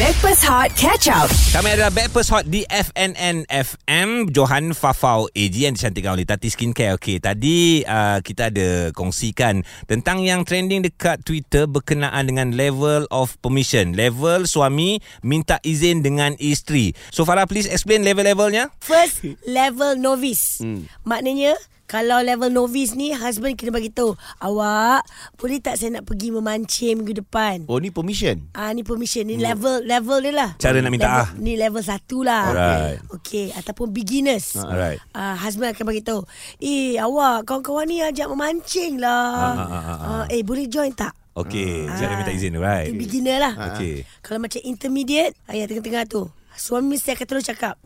Backpass Hot Catch Up. Kami adalah Backpast Hot di FNN FM Johan Fafau AG yang dicantikkan oleh Tati Skincare Okey, tadi uh, kita ada kongsikan Tentang yang trending dekat Twitter Berkenaan dengan level of permission Level suami minta izin dengan isteri So Farah please explain level-levelnya First level novice. Hmm. Maknanya kalau level novice ni husband kena bagi tahu, awak boleh tak saya nak pergi memancing minggu depan? Oh ni permission Ah ni permission ni level level dia lah. Hmm. Cara nak minta level, ah. Ni level satu lah. Alright. Okay ataupun beginners. Alright. Ah husband akan bagi tahu, "Eh awak kawan-kawan ni ajak memancing lah. ah, ah, ah, Ah, eh boleh join tak?" Okey, Ah. cara minta izin right Itu beginner lah Okey. Kalau macam intermediate ah, Yang tengah-tengah tu Suami saya akan terus cakap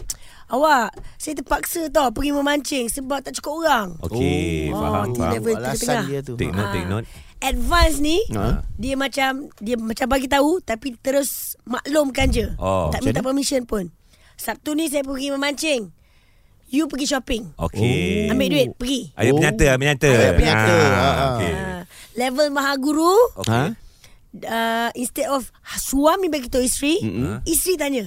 Awak Saya terpaksa tau Pergi memancing Sebab tak cukup orang Okey, Oh, faham, tu faham level Alasan tengah-tengah. dia tu Take note, take note Advance ni Ha? Dia macam Dia macam bagi tahu Tapi terus Maklumkan je Oh, Tak macam minta permission pun Sabtu ni saya pergi memancing You pergi shopping Okey Ambil duit Pergi Ayat Oh. penyata, penyata Ayat penyata, Ah, ah, ah. Okey Ah, Level maha guru Okey Ha? uh, instead of suami bagi tahu isteri, mm-hmm. isteri tanya,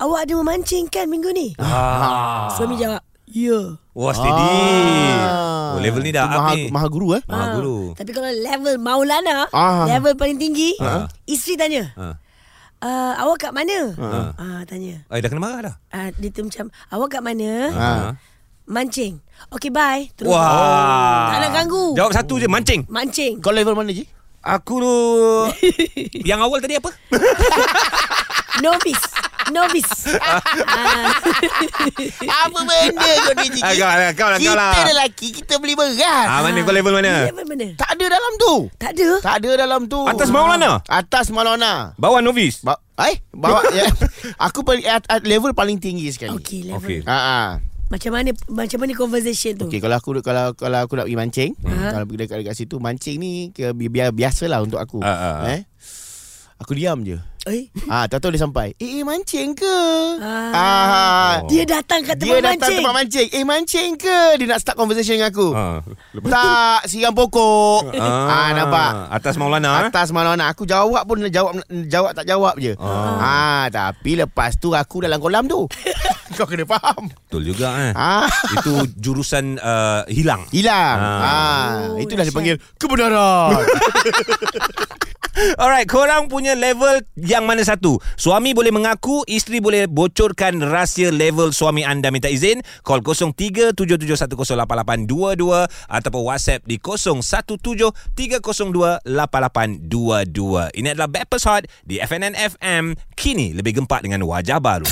"Awak ada memancing kan minggu ni?" Ah. Suami jawab, "Ya." Wah steady Ah. oh, Level ni dah Tu up maha, ni maha guru eh Maha Ah, guru Tapi kalau level Maulana, Ah. level paling tinggi, Ah. isteri tanya, Ah. "Uh, awak kat mana?" Ah, tanya. Eh dah kena marah dah Ah, dia tu macam, "Awak kat mana?" ah. Mancing. Okay, bye. Terus. Wah Oh, Tak nak ganggu. Jawab satu je mancing Mancing. Kau level Eh. mana je? Aku tu Yang awal tadi apa? Novice. Novice. ah. Apa benda kau ni Cik? Ah, kau lah, kau lah, kau lah. Kita lelaki Kita beli beras Ah, mana kau level mana? Level mana? Tak ada dalam tu Tak ada. Tak ada dalam tu Atas Maulana? Atas Maulana Bawah novice ba- Eh? Bawa, ya. Aku paling, at, at level paling tinggi sekali Okay, level. Okey. Ha ah. Macam mana macam mana conversation tu? Okey kalau aku kalau kalau aku nak pergi mancing, Ha. kalau pergi dekat dekat situ mancing ni ke, bi- bi- biasalah untuk aku. Ha, ha, ha. Eh? Aku diam je. Eh? Ah, tahu-tahu dia sampai. Eh, eh mancing ke? Ah. Ah. Dia datang kat Dia tempat datang mancing. tempat mancing. Eh, mancing ke? Dia nak start conversation dengan aku. Ah. Tak, siram pokok. ah, nampak. Atas Maulana eh? Atas malam anak aku jawab pun jawab jawab tak jawab je. Ah. tapi lepas tu aku dalam kolam tu. Kau kena faham. Betul juga eh Ah. Itu jurusan uh, hilang Hilang. Ah. Ah. Oh, Itulah dia dahsyat. panggil kebenaran. Alright, korang punya level yang mana satu? Suami boleh mengaku, isteri boleh bocorkan rahsia level suami anda minta izin. Call 0377108822 ataupun WhatsApp di 0173028822. Ini adalah Backpast Hot di FNN FM. Kini lebih gempak dengan wajah baru.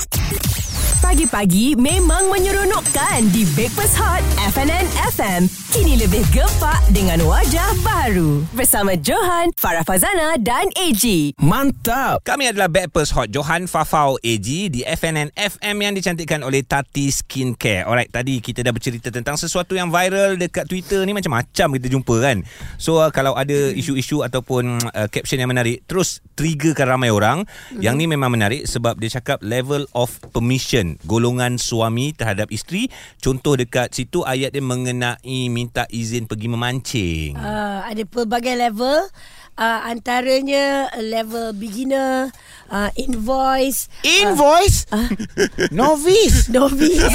Pagi-pagi memang menyeronokkan di Backpass Hot FNN FM. Kini lebih gempak dengan wajah baru. Bersama Johan, Farah Fazana dan AG. Mantap. Kami adalah Backpast Hot Johan Fafau AG di FNN FM yang dicantikkan oleh Tati Skincare. Alright, tadi kita dah bercerita tentang sesuatu yang viral dekat Twitter ni macam-macam kita jumpa kan. So uh, kalau ada isu-isu ataupun uh, caption yang menarik, terus triggerkan ramai orang. Yang ni memang menarik sebab dia cakap level of permission, golongan suami terhadap isteri. Contoh dekat situ ayat dia mengenai minta izin pergi memancing. Uh, ada pelbagai level. Uh, antaranya level beginner, uh, invoice, Invoice? Ah. Novice. novice.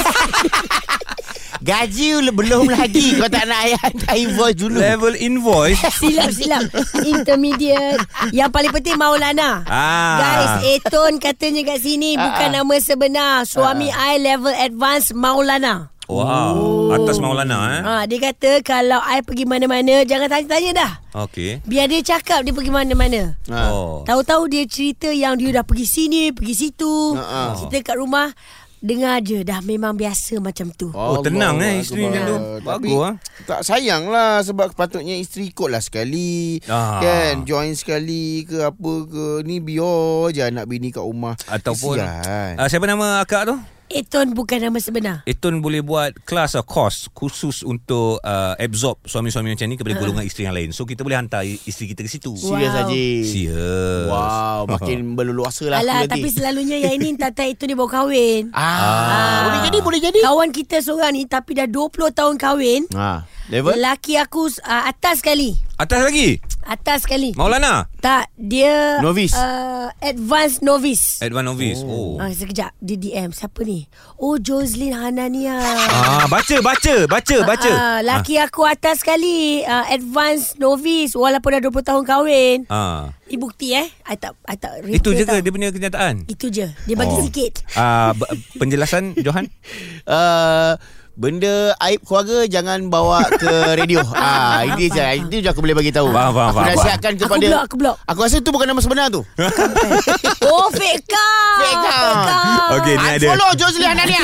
Gaji le- belum lagi. Kau tak nak ayat dah invoice dulu. Level invoice Silap-silap. Intermediate. Yang paling penting Maulana. Ah. Guys, eh. Eton katanya kat sini bukan nama sebenar. Suami I level advance Hmm. Maulana. Wow Atas Maulana eh Ha, dia kata kalau I pergi mana-mana jangan tanya-tanya dah. Okay Biar dia cakap dia pergi mana-mana. Ah. Ha. Oh. Tahu-tahu dia cerita yang dia dah pergi sini, pergi situ, Ha-ha. cerita kat rumah. Dengar je dah memang biasa macam tu. Oh, tenang, eh, isteri Akbar. macam tu. Tapi, Bagus, ah. Tak sayang lah sebab patutnya isteri ikut lah sekali. Ah. Kan join sekali ke apa ke. Ni biar je anak bini kat rumah. Ataupun Kesian. uh, Siapa nama akak tu? Eton bukan nama sebenar. Etun boleh buat kelas atau course khusus untuk uh, absorb suami-suami macam ni kepada golongan isteri yang lain. So kita boleh hantar i- isteri kita ke situ. Wah. Serius Wow. Haji. Serius. Wow, makin berleluasa lah Alah, aku nanti. tapi selalunya yang ini tata itu dia baru kahwin. Ah. Boleh jadi, boleh jadi. Kawan kita seorang ni tapi dah 20 tahun kahwin. ah, Ah. Level? Lelaki aku uh, atas sekali. Atas lagi Atas sekali. Maulana Tak, dia Novice. Uh, ah, advanced novice. Advan Novice oh. Ah, sekejap Dia DM Siapa ni Oh Jocelyn Hanania Ah, baca, baca, baca, baca. Ah, ah, Laki aku atas sekali ah, Advance novice Walaupun dah 20 tahun kahwin Ah. ah. Ni bukti eh I tak, I tak Itu refer je ke tau. dia punya kenyataan? Itu je Dia bagi Oh. oh. sikit Ah, b- penjelasan Johan? Uh, benda aib keluarga jangan bawa ke radio. ah ini je itu je aku boleh bagi tahu. Faham, faham, aku faham, nasihatkan faham. kepada Aku block, aku block. Aku rasa tu bukan nama sebenar tu. Oh fake account Fake account. Ah. Okey, ni ada. Ah, Follow Josli Hanania.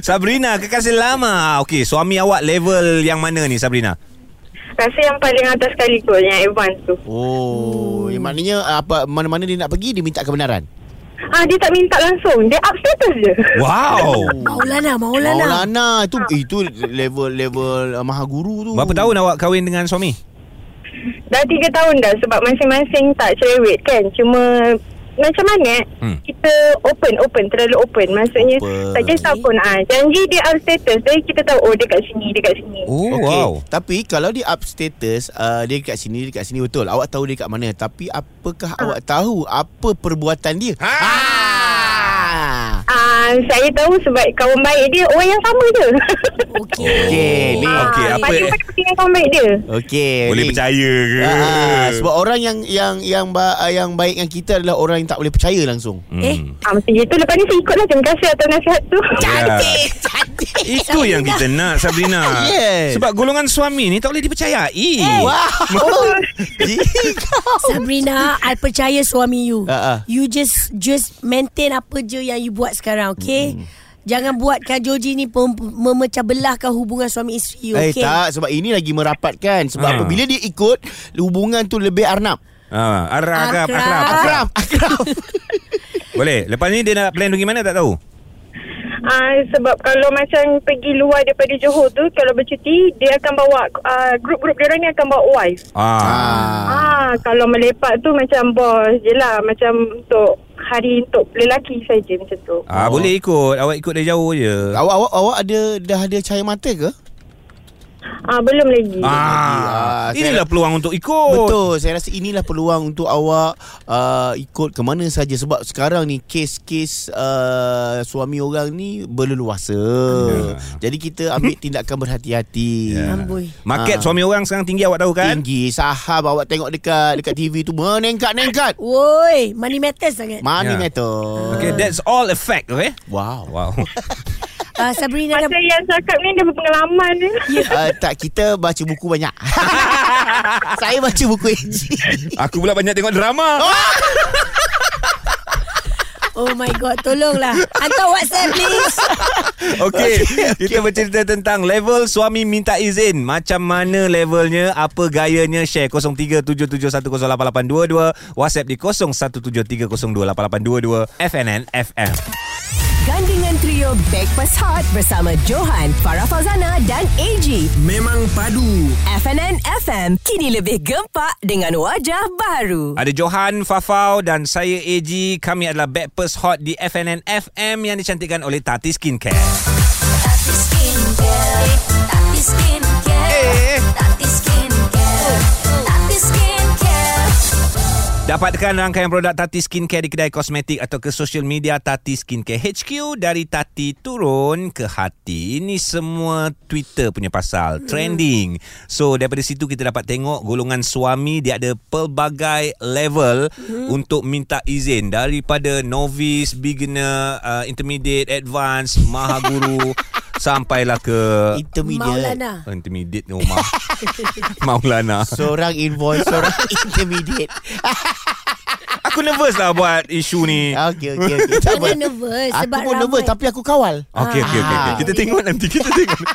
Sabrina, kekasih lama. Ah, Okey, suami awak level yang mana ni Sabrina? Rasa yang paling atas sekali kot Yang advance tu oh, yang maknanya apa mana-mana dia nak pergi dia minta kebenaran. Ah Dia tak minta langsung Dia up status je Wow. Maulana Maulana, Maulana. Maulana itu itu level level uh, maha guru tu. Berapa tahun awak kahwin dengan suami? Dah tiga tahun dah Sebab masing-masing tak cerewet kan Cuma macam mana eh, Hmm. Kita open Open Terlalu open Maksudnya Open. Tak kisah pun ah, Janji dia up status Jadi kita tahu Oh dia kat sini Dia kat sini Oh, Okey, wow. Tapi kalau dia up status uh, Dia dekat sini Dia dekat sini Betul Awak tahu dia dekat mana Tapi apakah awak tahu Apa perbuatan dia ha. Ah, Saya tahu sebab Kawan baik dia Orang yang sama je Okey Okey ni Ah. Okey, apa- Paling-paling dengan kawan baik dia Okey Boleh ni. percaya ke? Ah, sebab orang yang yang yang ba- ah, yang baik dengan kita adalah orang yang tak boleh percaya langsung. Hmm. Eh ah, Macam gitu Lepas ni saya ikutlah Terima kasih atas nasihat tu Cantik Cantik Ya. Ah. Itu yang kita nak Sabrina Yes. Sebab golongan suami ni Tak boleh dipercayai Ah, Wow. Oh, Sabrina I percaya suami you Ah, ah. You just Just maintain apa je Yang you buat sekarang Okay Hmm. Jangan buatkan Joji ni pem- memecah belahkan hubungan suami isteri you, eh okay? tak sebab ini lagi merapatkan sebab Ah. apa bila dia ikut hubungan tu lebih arnab. ah, Arab, Arab, Akrab. Arab, Arab. Akram, akram. Boleh Lepas ni dia nak plan pergi mana tak tahu Ah, sebab kalau macam pergi luar daripada Johor tu kalau bercuti dia akan bawa ah, grup-grup dia orang ni akan bawa wife. Ah, ah. Ah. kalau melepak tu macam bos je lah macam untuk hari untuk lelaki saja macam tu. ah. ah Oh. Boleh ikut Awak ikut dari jauh je Awak awak awak ada dah ada cahaya mata ke? Ah belum lagi. Ah, Ah, inilah saya- peluang untuk ikut. Betul Saya rasa inilah peluang Untuk awak uh, Ikut ke mana saja Sebab sekarang ni Kes-kes uh, Suami orang ni Berleluasa Jadi kita ambil tindakan berhati-hati Ya. Amboi. Market Ah. suami orang sekarang tinggi awak tahu kan? Tinggi Saham awak tengok dekat Dekat TV tu Meningkat-ningkat Woi, money matters sangat. Ya. Money yeah. matter Okay, Ah. that's all a fact, okay? Wow Wow. Uh, Sabrina dah Masa yang cakap ni dia berpengalaman ni. uh, Tak kita baca buku banyak Saya baca buku AG Aku pula banyak tengok drama. Oh my god, tolonglah. Hantar WhatsApp please. Okay, kita bercerita tentang level suami minta izin. Macam mana levelnya, apa gayanya, share 0377108822, WhatsApp di 0173028822, FNN FM. Gandingan trio Breakfast Hot bersama Johan, Farah Fauzana dan AG. Memang padu FNN FM kini lebih gempak dengan wajah baru. Ada Johan, Fafau dan saya AG. Kami adalah Backpers Hot di FNN FM yang dicantikkan oleh Tati Skincare. Tati Skincare Tati Skincare Eh. Tati Skincare Tati Skincare Dapatkan rangkaian produk Tati Skincare di kedai kosmetik atau ke social media Tati Skincare HQ dari Tati turun ke hati. Ini semua Twitter punya pasal, trending. So daripada situ kita dapat tengok golongan suami dia ada pelbagai level untuk minta izin daripada novice, beginner, uh, intermediate, advance, maha guru sampailah ke Intermediate Maulana. intermediate ni rumah. Maulana. Seorang invoice Seorang intermediate Aku nervous lah buat isu ni. Ah, Okey okey okey. Tak apa. Jangan nervous Aku sebab eh? pun nervous ramai. tapi aku kawal. Okey okey okey. Okay. Ah. Kita tengok nanti kita tengok.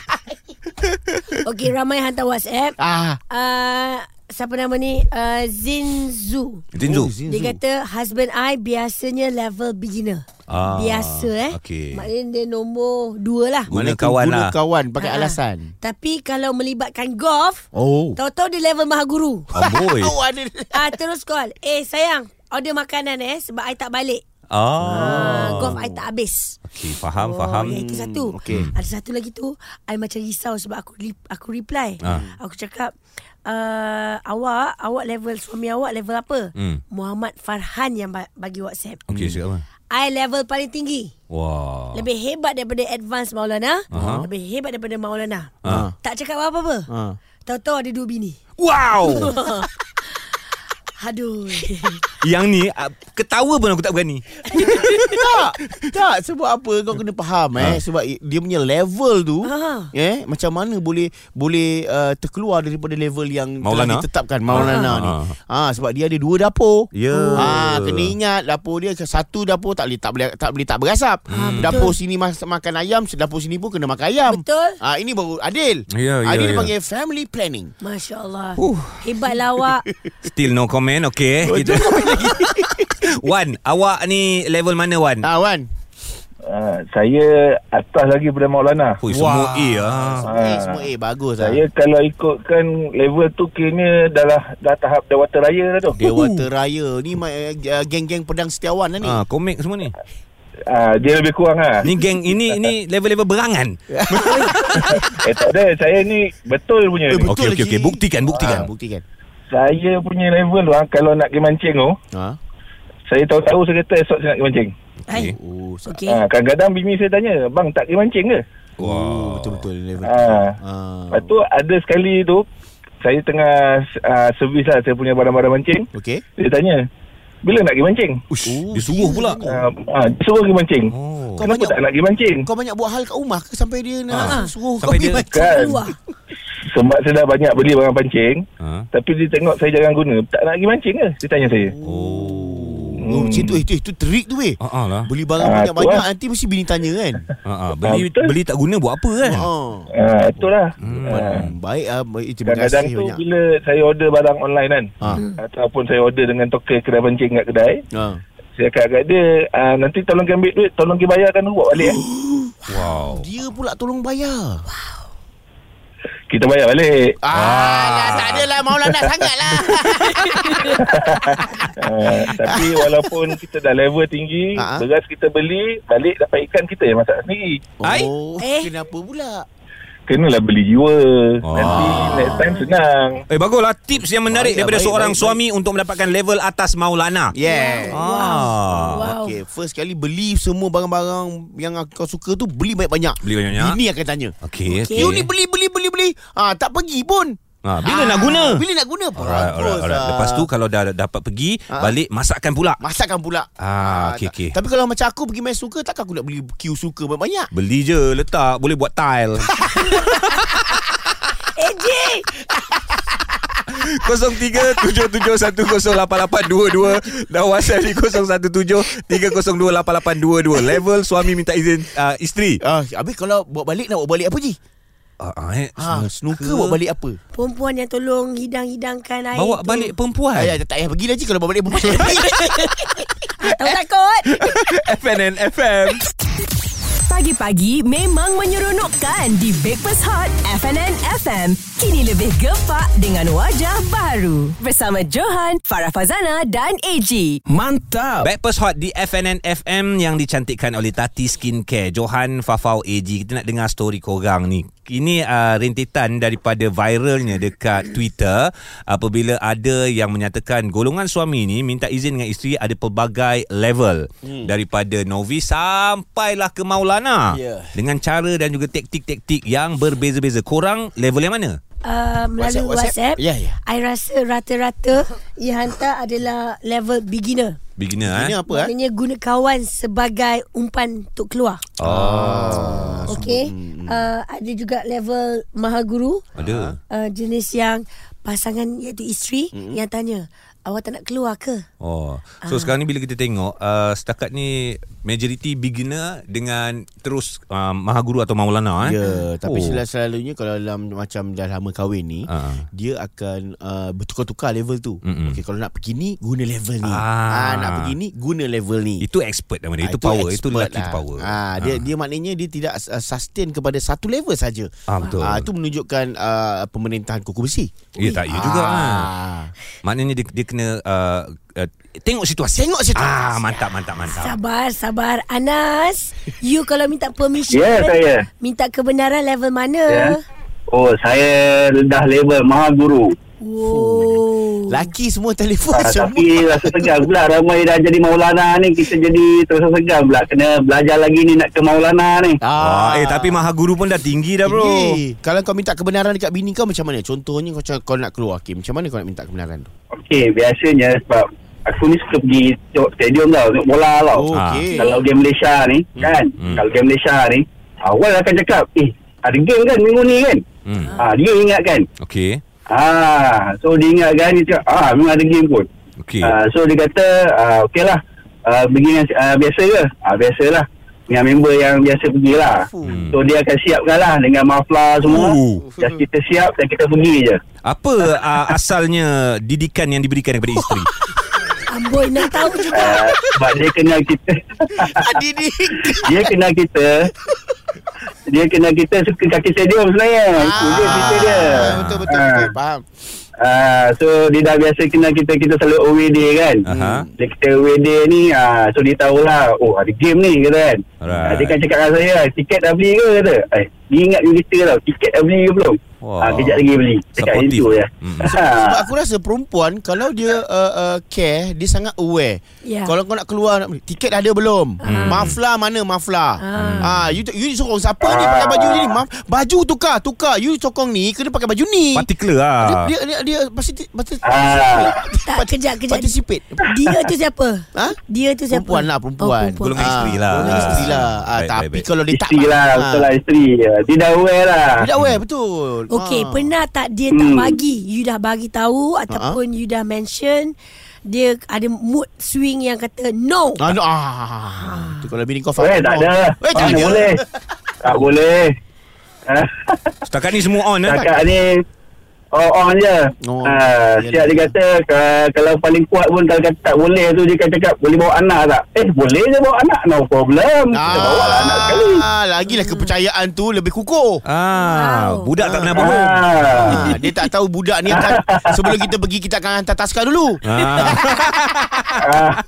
Okey, ramai hantar WhatsApp. Ah. Uh, siapa nama ni? Uh, Zinzu. Tinju. Dia kata husband I biasanya level beginner. Ah, Biasa eh. okey. Maknanya dia nombor dua lah. Guna Mana kawan kawan guna lah. kawan pakai Ah, ah. alasan. Tapi kalau melibatkan golf, Oh. tahu-tahu dia level maha guru. Oh boy. Oh ada. Ah terus call. Eh sayang, order makanan eh sebab I tak balik. Oh. Ah, golf I tak habis. Okey, faham, faham. Oh, yang itu satu. okey. Ada satu lagi tu, I macam risau sebab aku re- aku reply. Ah. Aku cakap uh, awak awak level suami awak level apa? Hmm. Muhammad Farhan yang ba- bagi WhatsApp. Okey, cakap apa? I level paling tinggi. Wah. Lebih hebat daripada advance Maulana. Ah. Aha. Ha. Lebih hebat daripada Maulana. Ah. Tak cakap apa-apa. Ah. Tahu-tahu ada dua bini. Wow. Aduh. Yang ni ah, ketawa pun aku tak berani. tak Tak Sebab apa Kau kena faham Ha. eh Sebab i- dia punya level tu Ha. eh Macam mana boleh Boleh uh, terkeluar daripada level yang Maulana? Telah ditetapkan Maulana Ha. ni ha, Sebab dia ada dua dapur Ya. Ah, Kena ingat Dapur dia Satu dapur tak boleh tak boleh tak, boleh, tak berasap Ha, hmm. Dapur sini mas, makan ayam Dapur sini pun kena makan ayam Betul. ha, Ini baru adil Ya, ya, ha, ya. Ini dipanggil family planning Masya Allah. Huh. Hebatlah lah awak. Still no comment, okay. eh. Kita... Wan, awak ni level mana Wan? Ha, Wan Ah, saya atas lagi daripada Maulana. Hui, semua A lah. Semua A, semua A Bagus lah Saya kalau ikutkan level tu kena dah lah, dah tahap dewata raya dah tu. Dewata Raya Ni ma- uh, geng-geng pedang setiawan lah ni Ah, komik semua ni. Ah, dia lebih kurang lah. Ni geng ini ini level-level berangan. eh tak ada, saya ni betul punya. Eh, ni. betul. Okey okey lagi. okey buktikan Buktikan buktikan. Ha, Buktikan Saya punya level tu ah, kalau nak pergi mancing tu, Ha? saya tahu-tahu saya kata esok saya nak pergi mancing. Okey. Hai. Oh, sa- Okey. Ah, kadang-kadang bini saya tanya, bang tak pergi mancing ke? oh betul-betul level. Ah. Ah. Lepas tu ada sekali tu, saya tengah ah, servis lah saya punya barang-barang mancing. Okey. Dia tanya, bila nak pergi mancing? Ush, Oh, dia suruh pula. Ah, ah, dia suruh pergi mancing. Hmm. Oh. Kau Kenapa banyak tak nak pergi mancing? kau banyak buat hal kat rumah ke sampai dia nak Ah. suruh Sampai kau pergi dia- mancing? Kan Keluar. Sebab saya dah banyak beli barang pancing Ha? Tapi dia tengok saya jarang guna Tak nak pergi mancing ke? Dia tanya saya Oh. Oh, macam tu eh, tu, itu trik tu weh. Ha ah lah. Beli barang Ah, banyak-banyak tu lah. nanti mesti bini tanya kan. Ha ah, beli Ah, betul. beli tak guna buat apa kan? Oh. ah, Itulah ah. Hmm, Baik ah, baik. terima Kadang-kadang kasih tu banyak. bila saya order barang online kan Ha. Ataupun saya order dengan token kedai pancing kat kedai Ha. Saya cakap kat dia ah, Nanti tolong pergi ambil duit Tolong pergi bayarkan tu bawa balik eh. Wow. Dia pula tolong bayar. Kita bayar balik Ah, dah tak adalah Maulana lah. sangatlah. ah, Tapi walaupun kita dah level tinggi Ah, ah. Beras kita beli Balik dapat ikan kita yang masak sendiri Ai? Oh, Eh. kenapa pula? Kenalah beli jiwa Ah. Nanti next time senang Eh baguslah tips yang menarik Baik, lah, daripada baik, seorang baik, baik. suami untuk mendapatkan level atas Maulana. Yeah. Ah. Wow. Okay, first kali beli semua barang-barang yang kau suka tu beli banyak-banyak. Beli banyak-banyak. Bini akan tanya. Okey. Okey. Okay. You ni beli beli beli beli. Ah tak pergi pun. Ha, bila Ah, nak guna? Bila nak guna pun. Alright, alright, alright. Lepas tu kalau dah dapat pergi, Ah. balik masakkan pula. masakan pula. Ah, okey, tak- okey. Tapi kalau macam aku pergi main suka takkan aku nak beli queue suka banyak-banyak. Beli je, letak. Boleh buat tile. AJ. 0377108822 dan WhatsApp di 0173028822 level suami minta izin uh, isteri Ah, habis kalau buat balik nak buat balik apa je? uh, uh, eh, Ha, snooker buat balik apa? Perempuan yang tolong hidang-hidangkan air bawa tu. balik perempuan Ayah, tak payah pergi lagi kalau buat balik buat balik. Tahu takut. FNN FM Pagi-pagi memang menyeronokkan di Breakfast Hot FNN FM. Kini lebih gempak dengan wajah baru. Bersama Johan, Farah Fazana dan AG. Mantap. Backpast Hot di FNN FM yang dicantikkan oleh Tati Skincare Johan Fafau AG kita nak dengar story korang ni ini uh, rentetan daripada viralnya dekat Twitter apabila ada yang menyatakan golongan suami ni minta izin dengan isteri ada pelbagai level hmm. daripada novice sampailah ke maulana Ya. dengan cara dan juga taktik-taktik yang berbeza-beza korang level yang mana Uh, melalui WhatsApp, WhatsApp. WhatsApp, Ya, ya. I rasa rata-rata yang hantar adalah level beginner. beginner, beginner Ini eh apa eh? Maknanya guna kawan sebagai umpan untuk keluar. oh Ah. Hmm, Okey. Uh, ada juga level maha guru. eh? ada Uh, jenis yang pasangan iaitu isteri Hmm, yang tanya, awak tak nak keluar ke? Oh. So uh. sekarang ni bila kita tengok uh, setakat ni majoriti beginner dengan terus uh, maha guru atau maulana eh. Ya, tapi oh. selalunya kalau dalam macam dah lama kahwin ni, Ah. dia akan uh, bertukar-tukar level tu. Mm-mm. Okey, kalau nak pergi ni guna level ni. Ah. Ah, nak pergi ni guna level ni. Itu expert nama dia. Itu, power, itu Ah, expert lelaki tu power. Ah, dia dia maknanya dia tidak uh, sustain kepada satu level saja. Ah, betul. Ah, itu menunjukkan uh, pemerintahan kuku besi. Ya tak ya juga ah. Ah. Maknanya dia, dia kena uh, uh, tengok situasi. Tengok situasi. Ah, mantap, mantap, Ya. mantap. Sabar, sabar. Anas, you kalau minta permission, kan? Ya, saya. minta kebenaran level mana? Ya. Oh, saya dah level maha guru. Wow. Laki semua telefon Ah, semua. tapi rasa segan pula ramai dah jadi Maulana ni kita jadi terasa segan pula kena belajar lagi ni nak ke Maulana ni. Wah, eh tapi maha guru pun dah tinggi dah bro. Tinggi. Kalau kau minta kebenaran dekat bini kau macam mana? Contohnya kau cakap kau nak keluar Kim. Macam mana kau nak minta kebenaran tu? Okey, biasanya sebab aku ni suka pergi tengok stadium tau, tengok bola tau. Oh, Ah. okey. Kalau game Malaysia ni kan, Hmm. kalau game Malaysia ni awal akan cakap, "Eh, ada game kan minggu ni kan?" Hmm. Ah, dia ingatkan. Okey. Ah, so dia ingatkan dia cakap, "Ah, memang ada game pun." Okey. Uh, so dia kata uh, Okey lah uh, Pergi dengan uh, biasa ke uh, Biasa lah Dengan member yang biasa pergi lah Hmm. So dia akan siapkan lah Dengan mafla semua Ooh. Just kita siap Dan kita pergi je Apa uh, asalnya didikan yang diberikan kepada Oh, isteri? Amboi, nak tahu juga. uh, Sebab dia kenal kita Didi. Dia kenal kita Dia kenal kita Suka kaki stadium sebenarnya Itu je cerita dia Betul betul Ah. betul. Faham. Ah, so dia dah biasa kenal kita kita selalu away day kan. Aha. Dia kita away day ni ah, so dia tahulah oh ada game ni kata kan. Alright. Ah, dia kan cakap dengan saya tiket dah beli ke kata. Eh dia ingat you kita tau tiket dah beli ke belum? Wah. Ah, kejap lagi beli. Cakap ya. macam Supportive. tu je. Hmm. Sebab aku rasa perempuan kalau dia uh, uh, care, dia sangat aware. Ya. Ah. Hmm. Kalau kau nak keluar nak beli, tiket ada belum? Mafla mana mafla? Ah, you you sokong siapa ni pakai baju ni? Maf, baju tukar, tukar. You sokong ni kena pakai baju ni. Particular lah. Dia dia dia, dia pasti pasti Ah. Tak, kejap, kejap. participate. Dia tu siapa? Ha? Dia tu siapa? Perempuan lah perempuan. Oh, perempuan. Golongan isteri lah. Golongan isteri lah. Ah, Baik, tapi baik, baik. kalau dia tak Isteri lah, betul lah isteri. Ah, Dia dah aware lah. Dia aware betul. Okey, Ah. pernah tak dia tak Hmm. bagi? You dah bagi tahu Ah. ataupun you dah mention dia ada mood swing yang kata no. Ah, no, ah. Tu kalau bini kau faham. Weh, tak kau. ada. Eh, tak Ah, ada. boleh. tak boleh. Ah, Setakat ni semua on eh? Cakap ni Oh, on je. Oh, Oh, ha, iyalah. siap dia kata ka- kalau paling kuat pun kalau kata tak boleh tu dia akan cakap boleh bawa anak tak? Eh, boleh je bawa anak. No problem. Kita bawa lah anak sekali. Ah, lagilah kepercayaan tu lebih kukuh. Ah, Wow. budak tak pernah bohong. Ah, Ah. dia tak tahu budak ni akan sebelum kita pergi kita akan hantar taska dulu. Ah.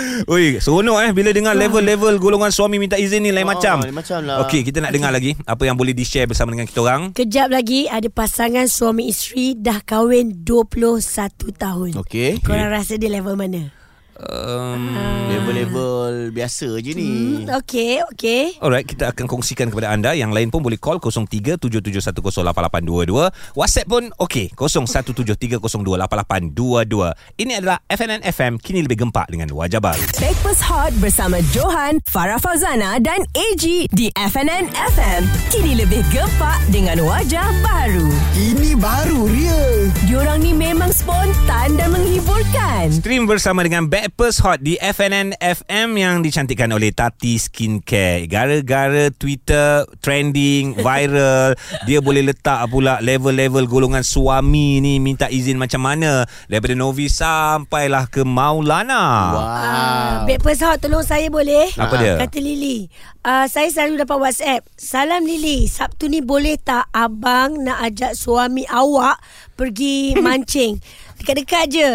Oi, seronok eh bila dengar level-level golongan suami minta izin ni lain Oh, macam. lain macam lah. Okey, kita nak dengar lagi apa yang boleh di-share bersama dengan kita orang. Kejap lagi ada pasangan suami isteri dah kahwin 21 tahun. Okey. Korang rasa dia level mana? Um, Level-level biasa je ni. Hmm, okey, okey. Alright, kita akan kongsikan kepada anda. Yang lain pun boleh call 0377108822. WhatsApp pun okey, 0173028822. Ini adalah FNN FM, kini lebih gempak dengan wajah baru. Breakfast Hot bersama Johan, Farah Fauzana dan AG di FNN FM. Kini lebih gempak dengan wajah baru. Ini baru ria. Diorang ni memang spontan dan menghiburkan. Stream bersama dengan Backpers Hot di FNN FM yang dicantikkan oleh Tati Skincare. Gara-gara Twitter trending, viral, dia boleh letak pula level-level golongan suami ni minta izin macam mana. Daripada novice sampailah ke Maulana. Ah, Breakfast Hot tolong saya boleh Apa dia? Ah, Kata Lily uh, Saya selalu dapat whatsapp Salam Lily Sabtu ni boleh tak Abang nak ajak suami awak Pergi mancing Dekat-dekat je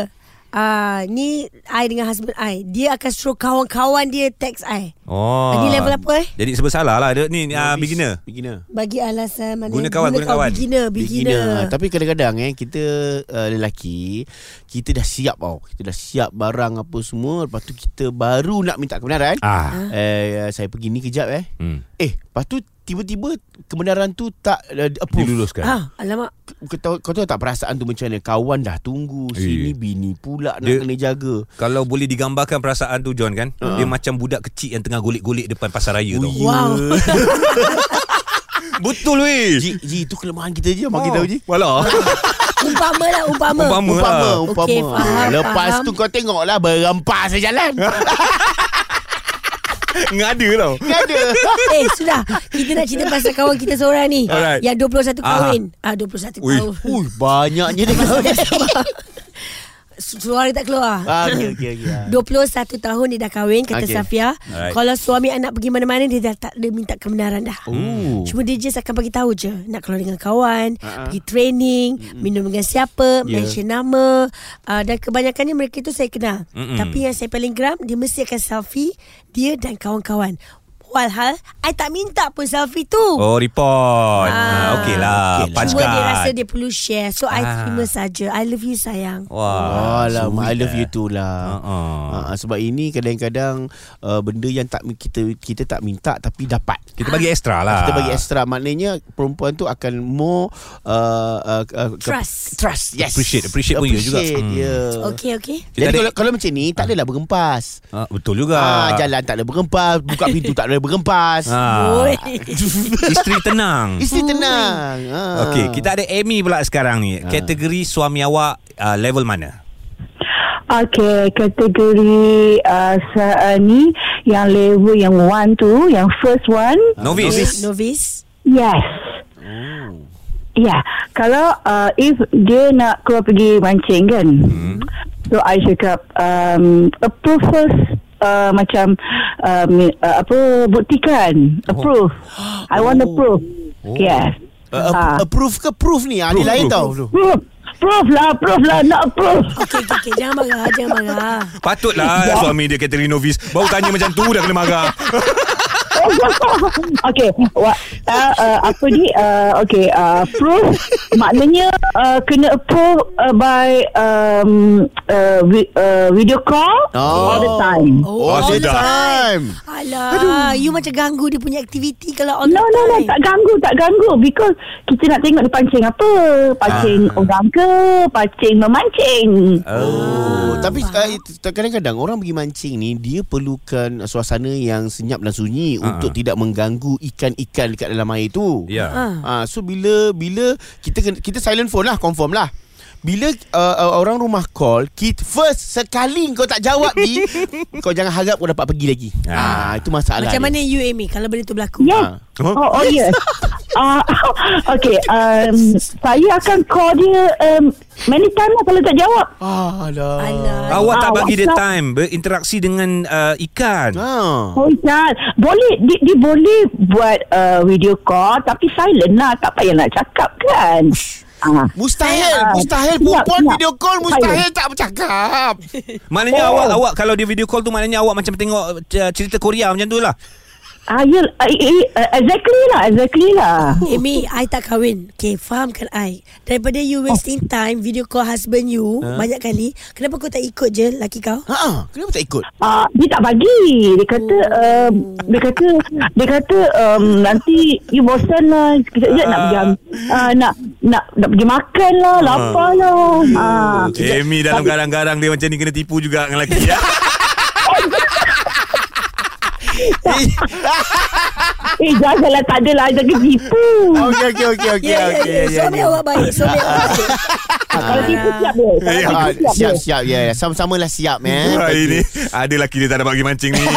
uh, Ni I dengan husband I Dia akan suruh kawan-kawan dia Text I Oh. Ini level apa, eh? Jadi sebesar lah lah. Dia- Ni uh, beginner. Beginner. Bagi alasan mana Guna kawan, guna oh, kawan. ah, Beginner Beginner, beginner. Tapi kadang-kadang eh kita uh, lelaki kita dah siap tau. Kita dah siap barang apa semua lepas tu kita baru nak minta kebenaran. Ah. Eh, saya pergi ni kejap eh. Hmm. Eh, lepas tu tiba-tiba kebenaran tu tak uh, approve. Diluluskan. Ah, Alamak Kau tahu, kau tahu tak perasaan tu macam mana? Kawan dah tunggu, sini Eh. bini pula nak Dia- kena jaga. Kalau boleh digambarkan perasaan tu John kan uh-huh. Dia Ah. macam budak kecil yang tengah golek-golek depan pasar raya tu Wow Betul weh Ji, Ji itu kelemahan kita je, mak Oh. kita Ji. Walah Umpama lah Umpama Umpama. Umpama, lah. umpama. Okey, faham, Lepas faham. tu kau tengoklah berempas saya jalan. Ngada tau Kan ada. Eh sudah Kita nak cerita pasal kawan kita seorang ni Alright. Yang 21 Ah. kahwin ah, 21 Ui. tahun Ui, banyaknya dia kau. Suara tak keluar Ah, okey okey okey. Ah. 21 tahun dia dah kahwin Okey. kata okay. Safia. Alright. Kalau suami anak pergi mana-mana dia dah tak ada minta kebenaran dah. Oh. Ooh. Cuma dia just akan bagi tahu je nak keluar dengan kawan, uh-huh. pergi training, minum dengan siapa, Ya. yeah. mention nama uh, dan kebanyakannya mereka tu saya kenal. Mm-mm. Tapi yang saya paling geram dia mesti akan selfie dia dan kawan-kawan. Walhal I tak minta pun selfie tu. Oh report ah. Okey lah Okey lah. Punch Cuma dia rasa card dia perlu share. So Ah. I Oh, terima saja. I love you sayang. Wah Alah, I love you too Uh, lah. Uh-uh. Uh, sebab ini kadang-kadang uh, benda yang tak kita kita tak minta tapi dapat. Kita bagi extra lah Kita bagi extra maknanya perempuan tu akan more uh, uh, uh, ke- Trust. Trust. Yes. Appreciate- appreciate pun you juga. Appreciate, Hmm. yeah. Okay, okay. Kita Jadi ada- kalau, kalau macam ni tak adalah bergempas. Ah, Betul juga Ah, jalan tak boleh bergempas, buka pintu tak boleh bergempas. ah. Oi. Isteri tenang Isteri tenang. Ah. Okey, kita ada Amy pula sekarang ni. Kategori suami awak uh, level mana? Okey, kategori uh, sa- uh, ni yang level yang one tu, yang first one. Ah, Novice. Novice. Yes. Ya, yeah. kalau uh, if dia nak keluar pergi mancing kan. Hmm. So I cakap um, approve first uh, macam um, uh, apa buktikan approve. I want approve. Oh. Yes. Uh, Ah. ap- approve ke proof ni? Ada Proof, lain proof, tau. Proof. Proof lah, proof lah, nak approve. Okay, okay, okay. Jangan marah, jangan marah. Patutlah Ya. suami dia kategori novice. Baru tanya macam tu dah kena marah. okay, what, uh, uh, apa ni? Uh, okay, uh, approve maknanya uh, kena approve uh, by um, uh, vi- uh, video call Oh. all the time. Oh, all the sudah. time. Alah, you macam ganggu dia punya aktiviti kalau on No, the no, no, time. tak ganggu, tak ganggu because kita nak tengok dia pancing apa. Pancing Ah. orang ke, pancing memancing. Oh, tapi uh, kadang-kadang orang pergi mancing ni dia perlukan suasana yang senyap dan sunyi Ah, untuk ah. tidak mengganggu ikan-ikan dekat dalam air tu. Ya. Ah, so bila bila kita kena- kita silent phone lah, confirm lah. Bila uh, uh, orang rumah call, kita first sekali kau tak jawab ni, kau jangan harap kau dapat pergi lagi. Ah. Ah, itu masalah. Macam dia. mana you Amy kalau benda tu berlaku? Yes. Ah. Oh, oh yes. Uh, okay, um, saya akan call dia um, many time lah kalau tak jawab. Alah. Alah. Awak tak Ah, bagi dia WhatsApp. time berinteraksi dengan uh, ikan. Ah. Oh Izzat Boleh Dia, dia boleh Buat uh, video call Tapi silent lah Tak payah nak cakap kan Ah. Mustahil, Ah. mustahil Siap, perempuan siap. video call mustahil tak bercakap. Maknanya Oh. awak awak kalau dia video call tu maknanya awak macam tengok uh, cerita Korea macam tu lah. Ah, ya, ah, eh, eh, ah, exactly lah, exactly lah. Amy, I tak kahwin. Okay, fahamkan I. Daripada you wasting Oh. time video call husband you banyak kali, kenapa kau tak ikut je laki kau? Ha ah, kenapa tak ikut? Ah, dia tak bagi. Dia kata, um, dia kata, dia kata um, nanti you bosan lah. Kejap-kejap nak pergi, uh, nak, nak, nak pergi makan lah, lapar lah. Ah, Amy Eh, dalam garang-garang dia macam ni kena tipu juga dengan lelaki ya. eh, janganlah tak ada lah, jangan tipu. Okey okey okey okey Ya, ya, okey. ya. Suami awak baik, suami awak baik. Ah, Kalau tipu siap dia. Kalau Ya, tipu siap dia. siap siap ya. Sama-sama lah siap eh. Ah, Hari ni ada lelaki dia tak dapat pergi mancing ni.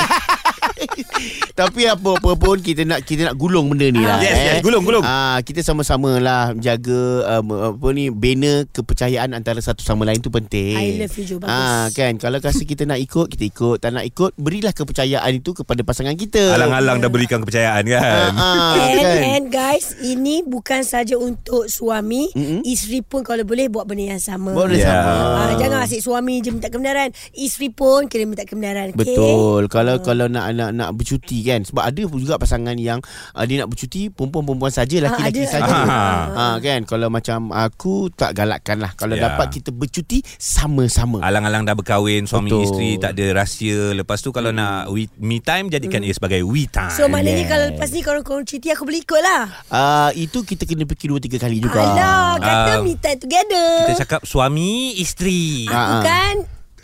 Tapi apa apa pun kita nak kita nak gulung benda ni lah. Yes, eh. yes, gulung, gulung. Ah kita sama-sama lah jaga um, apa ni bina kepercayaan antara satu sama lain tu penting. I love you, Jo. Bagus. Ah kan kalau kasi kita nak ikut kita ikut, tak nak ikut berilah kepercayaan itu kepada pasangan kita. Alang-alang dah berikan kepercayaan kan. Ah, And, kan? and guys, ini bukan saja untuk suami, mm-hmm. isteri pun kalau boleh buat benda yang sama. Boleh Ya. sama. Ah, jangan asyik suami je minta kebenaran. Isteri pun kena minta kebenaran. Okay? Betul. Kalau Hmm. kalau nak nak nak bercuti kan sebab ada juga pasangan yang uh, dia nak bercuti perempuan-perempuan saja laki-laki ada. saja. Ah. Ha. kan kalau macam aku tak galakkan lah kalau Ya. Ah. yeah. dapat kita bercuti sama-sama. Alang-alang dah berkahwin Suami Betul. Betul. isteri Tak ada rahsia Lepas tu kalau nak we, Me time Jadikan ia sebagai we time So Yes. maknanya kalau lepas ni korang-korang cuti aku boleh ikut lah. Uh, itu kita kena fikir dua tiga kali juga. Alah, kata Ah. uh, me time together. Kita cakap suami Isteri Ah. Aku kan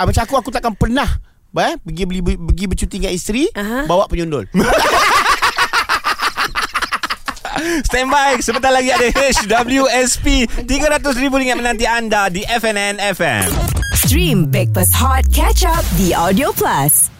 Ah, macam aku aku takkan pernah eh, pergi beli pergi bercuti dengan isteri Aha. bawa penyondol. Stand by Sebentar lagi ada HWSP RM300,000 menanti anda Di FNN FM Stream Breakfast Hot Catch Up The Audio Plus.